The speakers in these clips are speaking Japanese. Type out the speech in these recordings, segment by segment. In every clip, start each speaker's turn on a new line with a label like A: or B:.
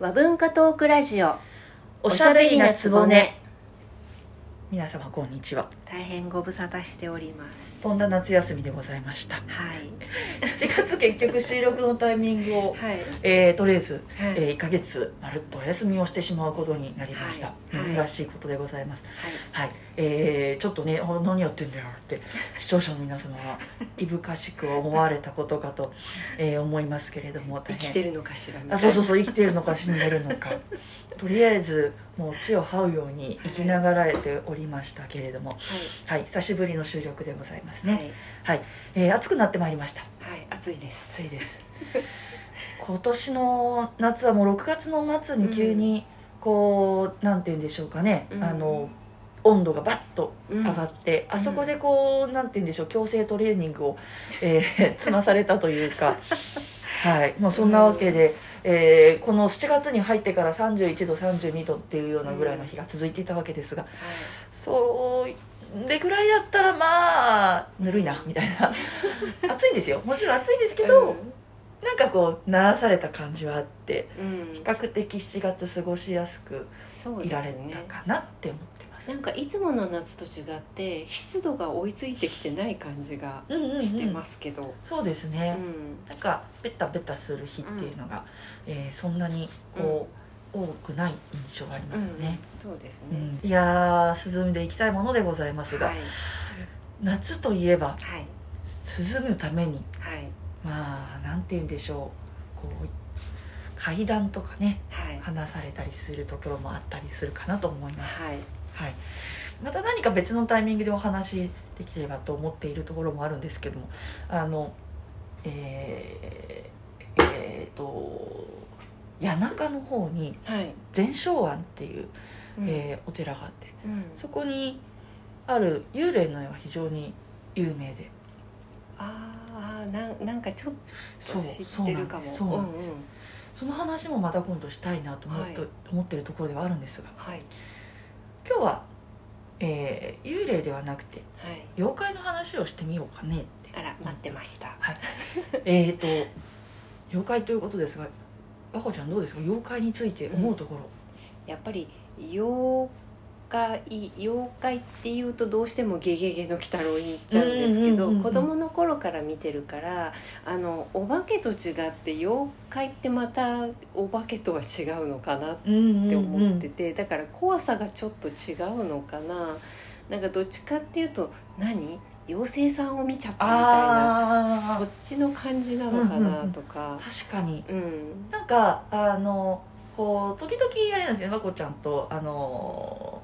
A: 和文化トークラジオ
B: おしゃべりなつぼね皆様こんにちは
A: 大変ご無沙汰しております
B: とんだ夏休みでございました
A: はい
B: 7月結局収録のタイミングを、
A: はい
B: えーとりあえず、
A: はい、
B: えー、1ヶ月まるっとお休みをしてしまうことになりました、
A: はい
B: 珍しいことでございますはい、えーちょっとねお何やってんだよって視聴者の皆様 はいぶかしく思われたことかと、えー思いますけれども
A: 生
B: 大変
A: きてるのかしらみたいな
B: あそうそうそう生きてるのか死んでるのかとりあえずもう地を這うように生きながらえておりましたけれどもはい久しぶりの収録でございます
A: はい、
B: ね、えー暑くなってまいりました
A: はいはい、暑いです
B: 暑いです 今年の夏はもう6月の末に急にこう、なんて言うんでしょうかね、
A: うん
B: あの温度がバッと
A: 上
B: 上がって、
A: ん
B: あそこでこうなんて言うんでしょう強制トレーニングを、えー 積まされたというかはいもうそんなわけで、えーこの7月に入ってから31度32度っていうようなぐらいの日が続いていたわけですが、それぐらいだったらまあぬるいなみたいな 暑いんですよもちろん暑いんですけど、なんかこうならされた感じはあって
A: うん、うん
B: 比較的7月過ごしやすく
A: そう
B: い
A: で
B: ら
A: す
B: れ
A: ね
B: たかなって思ってます。
A: なんかいつもの夏と違って湿度が追いついてきてない感じが
B: うんうんうん
A: してますけど、
B: そうですね、
A: うん
B: なんかベタベタする日っていうのが、えーそんなにこう、多くない印象がありますね、
A: うんそうです
B: う
A: ね、
B: んいやー涼みで行きたいものでございますが、
A: はい
B: 夏といえば
A: はい
B: 涼むために
A: はい
B: まあなんて言うんでしょうこう階段とかね
A: はい
B: 話されたりするところもあったりするかなと思います、
A: はい
B: はい、また何か別のタイミングでお話しできればと思っているところもあるんですけどもあのえー、えーと谷中の方に
A: はい、
B: 禅勝庵っていう、
A: うん
B: えーお寺があって
A: うん
B: そこにある幽霊の絵は非常に有名で
A: ああなんなんかちょっ
B: そ
A: と
B: う
A: 知
B: そ
A: っ
B: う
A: て
B: な
A: る
B: ん
A: かも
B: そううなんん
A: うん
B: その話もまた今度したいなと思って,、
A: はい
B: 思ってるところではあるんですが
A: はい
B: 今日は、えー幽霊ではなくて
A: はい
B: 妖怪の話をしてみようかねって
A: あら待ってました
B: えーと妖怪ということですが和子ちゃんどうですか妖怪について思うところ、
A: やっぱり妖怪妖怪っていうとどうしても「ゲゲゲの鬼太郎」に行っちゃうんですけ
B: う
A: ど
B: んうんうんうん
A: 子供の頃から見てるからあのお化けと違って妖怪ってまたお化けとは違うのかなっ
B: うんうんうん
A: て思ってて、だから怖さがちょっと違うのかななんかどっちかっていうと何妖精さんを見ちゃったみたいな
B: あ
A: そっちの感じなのかなとか
B: あ、確かに
A: うん
B: なんかあのこう時々あれなんですよね和子ちゃんとあの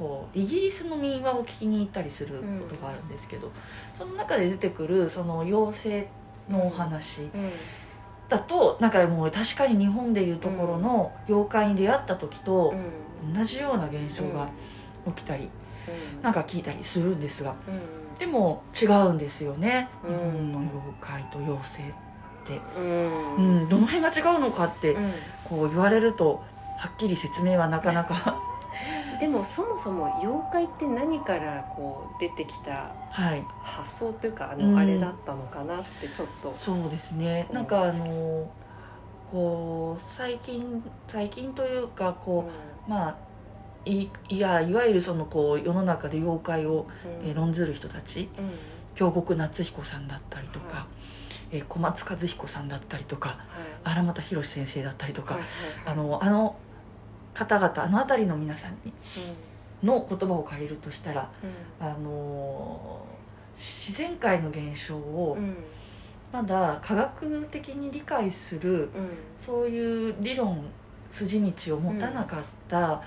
B: こうイギリスの民話を聞きに行ったりすることがあるんですけど、その中で出てくるその妖精のお話
A: うん
B: だとなんかもう確かに日本でいうところの妖怪に出会った時と
A: うん
B: 同じような現象が起きたり
A: うん
B: なんか聞いたりするんですが
A: うん
B: でも違うんですよね、
A: うん
B: 日本の妖怪と妖精、
A: うん
B: う、ん、どの辺が違うのかって
A: う
B: こう言われるとはっきり説明はなかなか
A: んでもそもそも妖怪って何からこう出てきた
B: はい
A: 発想というかあ
B: う
A: の
B: ん
A: あれだったのかなってちょっと、
B: そうですねなんかあのこう最近最近というかこうまあいいやいわゆるそのこう世の中で妖怪を、
A: うん
B: えー論ずる人たち
A: うん
B: 京極夏彦さんだったりとか、
A: は
B: えー小松和彦さんだったりとか
A: はい
B: 荒俣宏先生だったりとか、
A: はい
B: あのあの方々あの辺りの皆さんにの言葉を借りるとしたら、
A: う
B: あの自然界の現象を
A: んうんうん
B: まだ科学的に理解する
A: うん
B: そういう理論筋道を持たなかった、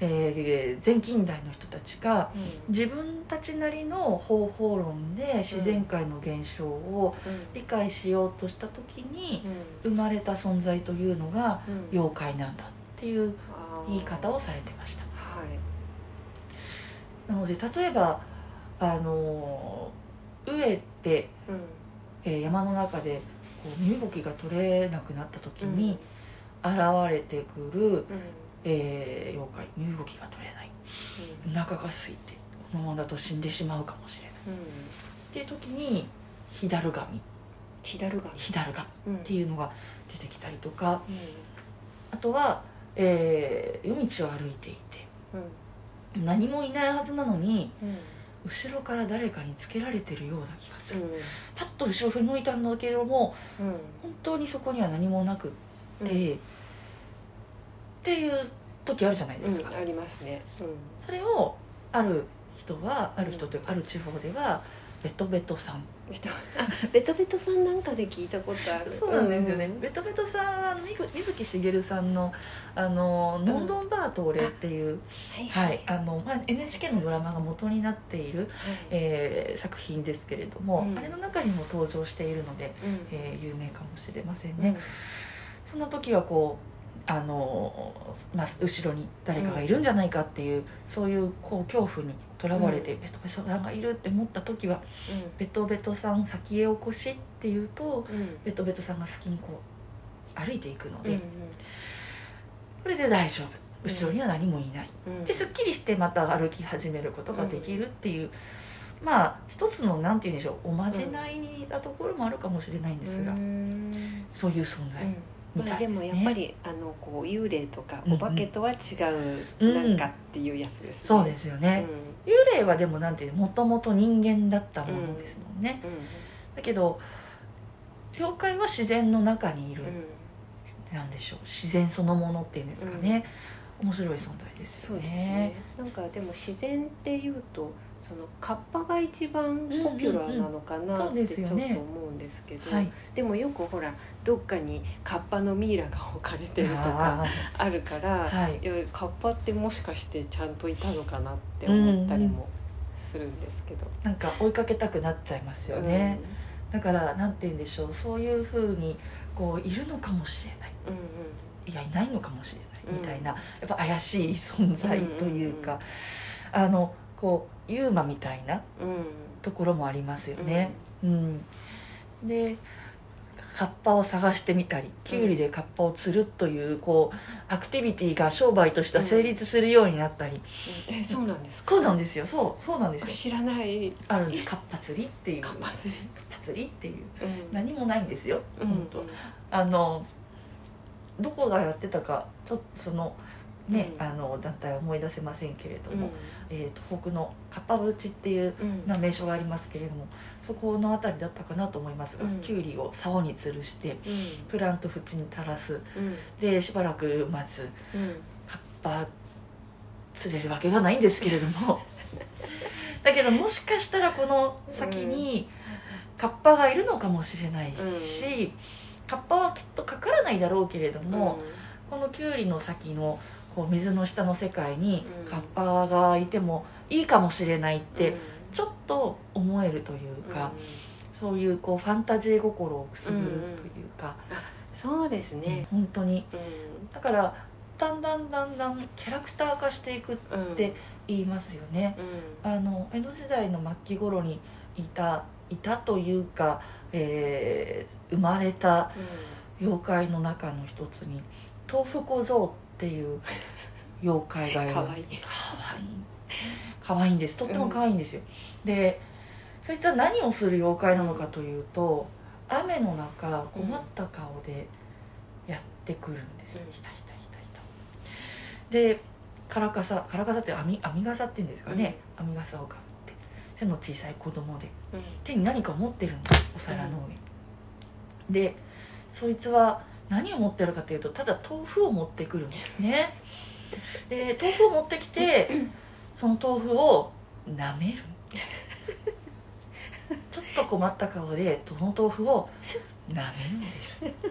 B: えー前近代の人たちが自分たちなりの方法論で自然界の現象を理解しようとした時に生まれた存在というのが
A: うんうん
B: 妖怪なんだっていう
A: あー
B: 言い方をされてました
A: はい
B: なので例えばあの飢えて、
A: うん
B: えー山の中でこう身動きが取れなくなった時に現れてくる、
A: うん
B: えー妖怪身動きが取れないお腹が空いてこのままだと死んでしまうかもしれない
A: うんうん
B: っていう時に火だる神
A: 左が
B: 火だる神っ
A: うん
B: ていうのが出てきたりとか
A: うん
B: あとは、えー夜道を歩いていて
A: うん
B: 何もいないはずなのに
A: うん
B: 後ろから誰かにつけられてるような気がする、
A: う
B: パッと後ろ振り向いたんだけれども
A: んうん
B: 本当にそこには何もなくって、っていう時あるじゃないです
A: うん
B: か、
A: ありますね
B: それをある人はある人というかある地方ではベトベトさん
A: うん人あベトベトさんなんかで聞いたことある
B: そうなんですよね、ベトベトさんはあのみぐ水木しげるさんの「あの
A: ん
B: ロンドンバーと俺」っていう、
A: はいは
B: はいい、あのまあ NHK のドラマが元になっている、
A: はい
B: えー作品ですけれども、
A: うん
B: あれの中にも登場しているので、
A: うん
B: えー有名かもしれません
A: う
B: ね、
A: ん
B: そんな時はこうあの、まあ、後ろに誰かがいるんじゃないかっていう、そういうこう恐怖にとらわれて、ベトベトさんがいるって思った時は「ベトベトさん先へ起こし」っていうと
A: うんうん
B: ベトベトさんが先にこう歩いていくの
A: う
B: で、
A: ん
B: これで大丈夫後ろには何もいない、
A: うん
B: ですっきりしてまた歩き始めることができるっていう、まあ一つのなんて言うんでしょうおまじないに似たところもあるかもしれないんですが、
A: うん
B: そういう存在、
A: うん
B: みたいですね
A: まあ、でもやっぱりあのこう幽霊とか
B: うんう
A: お
B: ん
A: 化けとは違
B: う
A: うんなんかっていうやつですね、
B: そうですよね、幽霊はでもなんてもともと人間だったものですもんね、
A: うんうん
B: だけど妖怪は自然の中にいる、
A: うん
B: なんでしょう自然そのものっていうんですかね、面白い存在です
A: そ
B: よ
A: うです
B: ね
A: ねなんかでも自然っていうとそのカッパが一番ポピュラーなのか
B: うんうん
A: な
B: う
A: っ
B: んそうで
A: て
B: す
A: ちょっ
B: よ
A: と思
B: ね
A: うんですけど、
B: はい
A: でもよくほらどっかにカッパのミイラが置かれてるとか
B: あ
A: あるから
B: ー、はい
A: いやカッパってもしかしてちゃんといたのかなって思ったりもするんですけど。
B: なんか追いかけたくなっちゃいますよね、だからなんて言うんでしょうそういうふうにこういるのかもしれない
A: うん、うん
B: いやいないのかもしれ
A: う
B: なんいみたいな、やっぱ怪しい存在というか、あのこうユーマみたいな
A: うんうん
B: ところもありますよ
A: うん、
B: ね。うんでカッパを探してみたりキュウリでカッパを釣るというこうアクティビティが商売としては成立するようになったり、
A: うんえそうなんですか
B: そうなんですよそうそうなんですよ
A: 知らない
B: あるんですカッパ釣りっていう
A: カッパス
B: カッパ釣りっていう
A: うん
B: 何もないんですよ、
A: うん
B: 本当あのどこがやってたかちょっとそのね、
A: うん
B: あの団体は思い出せませんけれど
A: うん
B: も、えー、東北のかっぱ淵っていう
A: うん
B: な名所がありますけれどもそこの辺りだったかなと思いますが、
A: うん
B: キュウリを竿に吊るして
A: うん
B: プラント縁に垂らす
A: うん
B: でしばらく待つ
A: うん
B: カッパ釣れるわけがないんですけれど もだけどもしかしたらこの先にカッパがいるのかもしれないし、カッパはきっとかからないだろうけれども、このキュウリの先のこう水の下の世界に
A: うん
B: カッパがいてもいいかもしれないっ
A: うん
B: て、ちょっと思えるというか、そういうこうファンタジー心をくすぐるというか、
A: そうですね
B: 本当に
A: うん
B: だからだんだんだんだんキャラクター化していくって
A: うん
B: で言いますよね。
A: うん
B: あの江戸時代の末期頃にいたいたというか、えー生まれた妖怪の中の一つに豆腐小僧っていう妖怪がいる
A: 可愛い
B: 可愛い可愛いんですとっても可愛いんですよ、でそいつは何をする妖怪なのかというと雨の中困った顔でやってくるんです、
A: うん
B: ひたひたひたひたでからかさからかさって網網傘っていうんですかね、網傘をかぶって背の小さい子供で
A: うん
B: 手に何か持ってるんですお皿の上に、でそいつは何を持ってるかというとただ豆腐を持ってくるんですねで豆腐を持ってきてその豆腐を舐めるちょっと困った顔でその豆腐を舐めるんです
A: なんだろ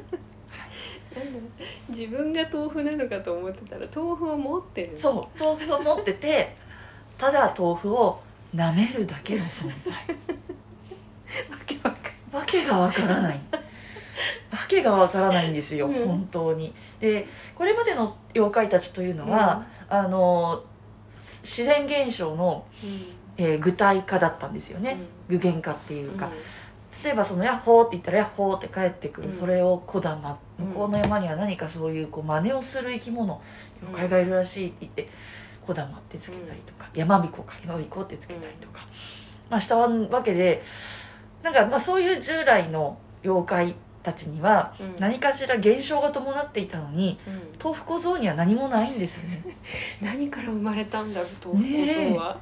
A: う自分が豆腐なのかと思ってたら豆腐を持ってる
B: そう豆腐を持っててただ豆腐を舐めるだけの存在
A: わけわか
B: わけがわからないわけがわからないんですよ、
A: うん
B: 本当にでこれまでの妖怪たちというの
A: ん
B: は、あの自然現象の、
A: うん
B: えー具体化だったんですよね、具現化っていううんか、例えばその「ヤッホー」って言ったら「ヤッホー」って帰ってくる、
A: うん
B: それを小玉
A: うん
B: 向こうの山には何かそういうこう真似をする生き物妖怪がいるらしいって言って「小玉」ってつけたりとか「山彦」か「山彦」ってつけたりとか、まあしたわけでなんかまあそういう従来の妖怪たちには
A: うん
B: 何かしら現象が伴っていたのに
A: うん
B: 豆腐小僧には何もないんですよね
A: 何から生まれたんだろうと思う
B: ねえ
A: ことは、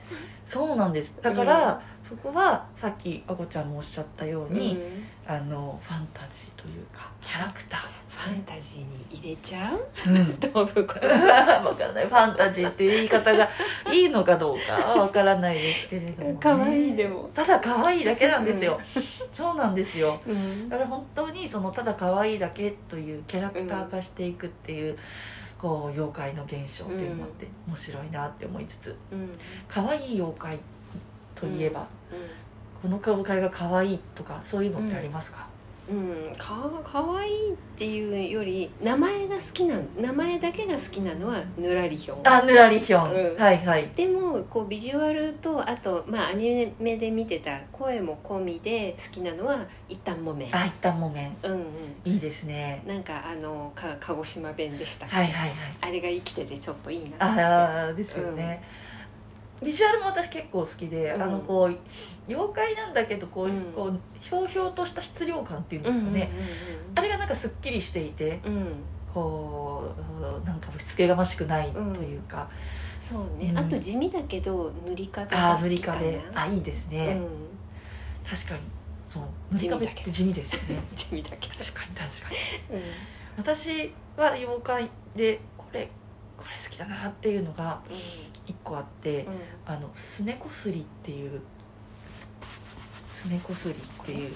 B: そうなんですだから、そこはさっきあこちゃんもおっしゃったように、
A: うん
B: あのファンタジーというかキャラクタ
A: ファンタジーに入れちゃう
B: ー、う ん、
A: 豆腐こと
B: わかんないファンタジーっていう言い方がいいのかどうかわからないですけれども、ね、
A: 可愛いでも
B: ただ可愛いだけなんですよ、そうなんですよ
A: うん
B: だから本当にそのただ可愛いだけというキャラクター化していくっていう、こう妖怪の現象っていうのもあって面白いなって思いつつ
A: うん
B: 可愛い妖怪といえば、
A: うん
B: この妖怪が可愛いとかそういうのってありますか、
A: うん、か可愛いっていうより名前が好きな名前だけが好きなのはぬらりひょん
B: あぬらりひょん、
A: うん
B: はいはい
A: でもこうビジュアルとあと、まあ、アニメで見てた声も込みで好きなのは一旦もめ
B: あいったんもめん
A: うんうん
B: いいですね
A: なんかあのか鹿児島弁でしたっけ
B: はいはいはい
A: あれが生きててちょっといいなって
B: ああですよね、ビジュアルも私結構好きで、
A: うん
B: あのこう妖怪なんだけどこう,、
A: うん
B: こうひょうひょうとした質量感っていうんで
A: うん
B: す
A: うんうん
B: かね、あれがなんかすっきりしていて
A: うん、うん、
B: こうなんかしつけがましくないというか、
A: そうね、
B: うん
A: あと地味だけど塗り壁
B: あ
A: が
B: あ塗
A: 好
B: り
A: きかな
B: 壁あいいです
A: う
B: ね、
A: ん、
B: 確かにそう塗り壁って地味ですよね
A: 地味だけど、
B: 確かに確かに
A: うんうん
B: 私は妖怪でこれこれ好きだなっていうのが一個あって、
A: うん
B: あのすねこすりっていうすねこすりっていう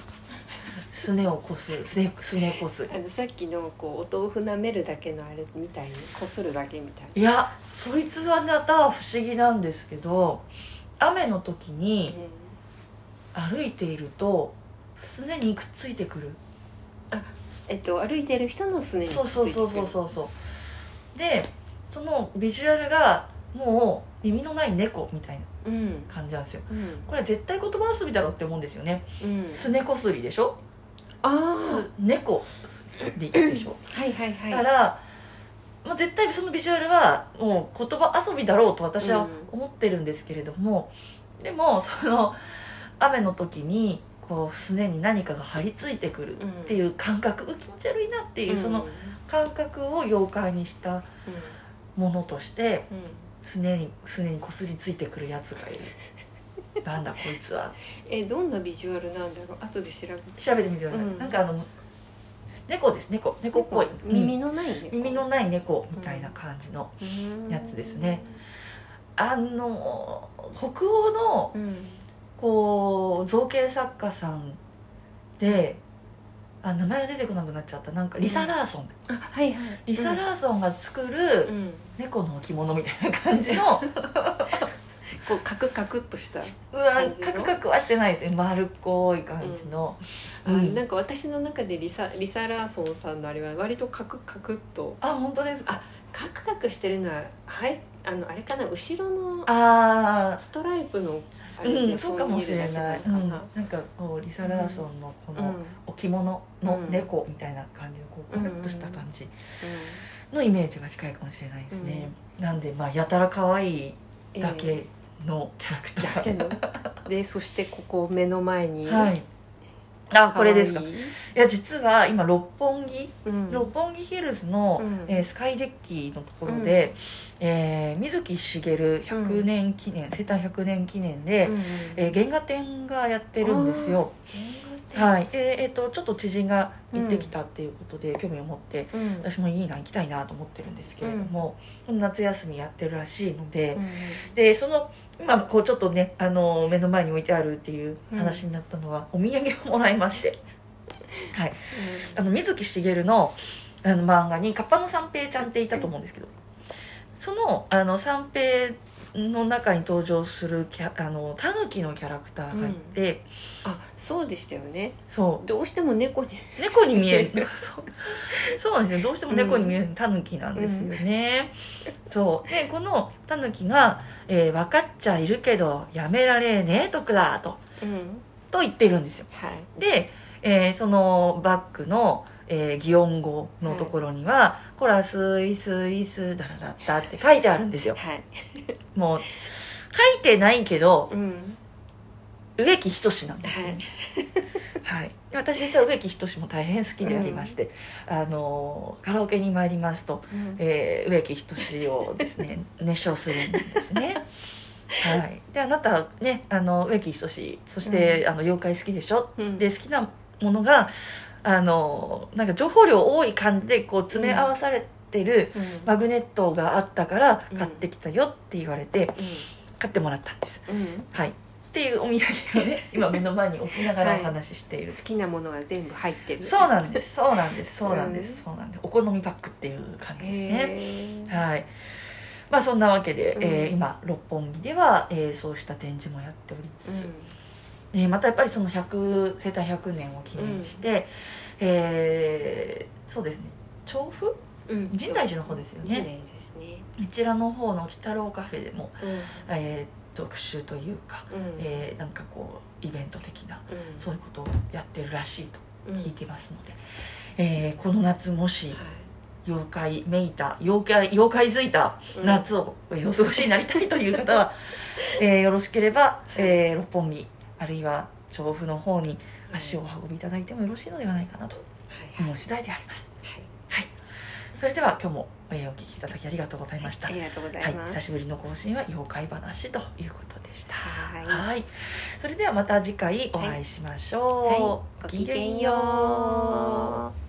B: すねをこするすねすねこすり
A: あのさっきのこうお豆腐舐めるだけのあれみたいにこするだけみたい
B: いやそいつはまた不思議なんですけど雨の時
A: な、
B: に歩いているとすねにくっついてくる
A: えっと歩いてる人のすねに
B: そうそうそうそうそうそうでそのビジュアルがもう耳のない猫みたいな
A: ううん
B: 感じなんですよ
A: うん
B: これ絶対言葉遊びだろうって思うんですよね
A: うん
B: すねこすりでしょ
A: あ
B: す猫すりでしょ
A: あはいはいはい
B: だから、まあ、絶対そのビジュアルはもう言葉遊びだろうと私は思ってるんですけれども、でもその雨の時にこうすねに何かが張り付いてくるっていう感覚、うわ気持ち悪いなっていうその感覚を妖怪にしたものとして
A: うんうんうん
B: すねにすねにこすりついてくるやつがいるなんだこいつは
A: えどんなビジュアルなんだろう後で調べて
B: 調べてみてください、
A: うん
B: なんかあの猫です猫猫っぽい、うん
A: 耳のないね
B: 耳のない猫みたいな感じの、やつですねあの北欧の
A: うんうん
B: こう造形作家さんであ名前が出てこなくなっちゃったなんかリサ・ラーソン、
A: あはいはい
B: リサ・ラーソンが作
A: う
B: る
A: ん
B: 猫の置物みたいな感じ の、
A: こうカクカクっとした
B: うわ
A: 感じの
B: カクカクはしてないです丸っこい感じの、
A: あ
B: うん
A: なんか私の中でリサリサ・ラーソンさんのあれは割とカクカクっと
B: あ本当ですか
A: カクカクしてるのははいあのあれかな後ろの
B: あ
A: ストライプのあ
B: ー
A: れ
B: う
A: で
B: んそうかもしれない、
A: そう見えるだ
B: うんなんかこうリサ・ラーソンのこ
A: けなのかな
B: の置物の猫みたいな感じのこうコロッとした感じのイメージが近いかもしれないですね、なんでまあやたら可愛い
A: うん
B: だけのキャラクタ
A: えー
B: ー、
A: だけの でそしてここ目の前に
B: はいあこれですか
A: 可愛い
B: いや実は今六本木、
A: うん
B: 六本木ヒルズの、
A: うん
B: えースカイデッキのところで、えー水木しげる100年記念、生誕100年記念で、
A: うんうん
B: えー原画展がやってるんですよ
A: 原画展
B: はいでえーとちょっと知人が行ってきたっていうことで、興味を持って
A: うん
B: 私もいいな行きたいなと思ってるんですけれども、この夏休みやってるらしいので、
A: うん
B: でその今こうちょっとねあの目の前に置いてあるっていう話になったのは、お土産をもらいましてあの水木しげるのあの漫画に「カッパの三平ちゃん」っていたと思うんですけどそのあの三平の中に登場するキャあのタヌキのキャラクターがいて、
A: あそうでしたよね
B: そ
A: どうしても猫に
B: う猫に見える そうなんですよどうしても猫に見えるタヌキなんですよね、そうでこのタヌキが、えー分かっちゃいるけどやめられねえとくら」と
A: うん
B: と言ってるんですよ
A: はい
B: で、えーそのバックの、えー擬音語のところには「こらスイスイスダラダッタ」って書いてあるんですよ
A: はい
B: もう書いてないけど
A: うん
B: 植木仁なんですよね、はい私実は植木仁も大変好きでありまして、あのカラオケに参りますと、
A: うん
B: えー植木仁をです ね熱唱するんです ね。はい、であなたねあの植木仁そして、あの妖怪好きでしょ
A: うん
B: で好きなものがあのなんか情報量多い感じでこう詰め合わされてる
A: うん
B: マグネットがあったから
A: うん
B: 買ってきたよって言われて買ってもらったんです。
A: うん
B: はいっていうお土産 をね今目の前に置きながらお話ししてい
A: うん
B: る、
A: 好きなものが全部入ってる
B: そうなんですそうなんですそうなんで
A: うん
B: すそうなんですお好みパックっていう感じですね。
A: へー
B: はいまあ、そんなわけで、
A: うん
B: えー今六本木では、えーそうした展示もやっており
A: う
B: つつ、
A: ん
B: えーまたやっぱりその100生誕100年を記念して、えーそうですね調布
A: うん
B: 深大寺の方ですよね
A: 深大寺ですね
B: こちらの方の鬼太郎カフェでも、
A: うん
B: えー特集というか、
A: うん
B: えーなんかこうイベント的な
A: うん
B: そういうことをやってるらしいと
A: うん
B: 聞いてますので、えーこの夏もし
A: は
B: 妖怪めいた妖怪妖怪づいた
A: いうん
B: 夏をえーお過ごしになりたいという 方は、えーよろしければ、えー六本木あるいは調布の方に足を
A: は
B: お運びいただいてもよろしいのではないかなと
A: いはい
B: 思う次第であります
A: はい
B: それでは今日もえーお聞きいただきありがとうございました、
A: ありがとうござ
B: はいい、
A: ます
B: 久しぶりの更新は妖怪話ということでした
A: はい
B: はいそれではまた次回お会いしましょう、
A: はいごきげんよう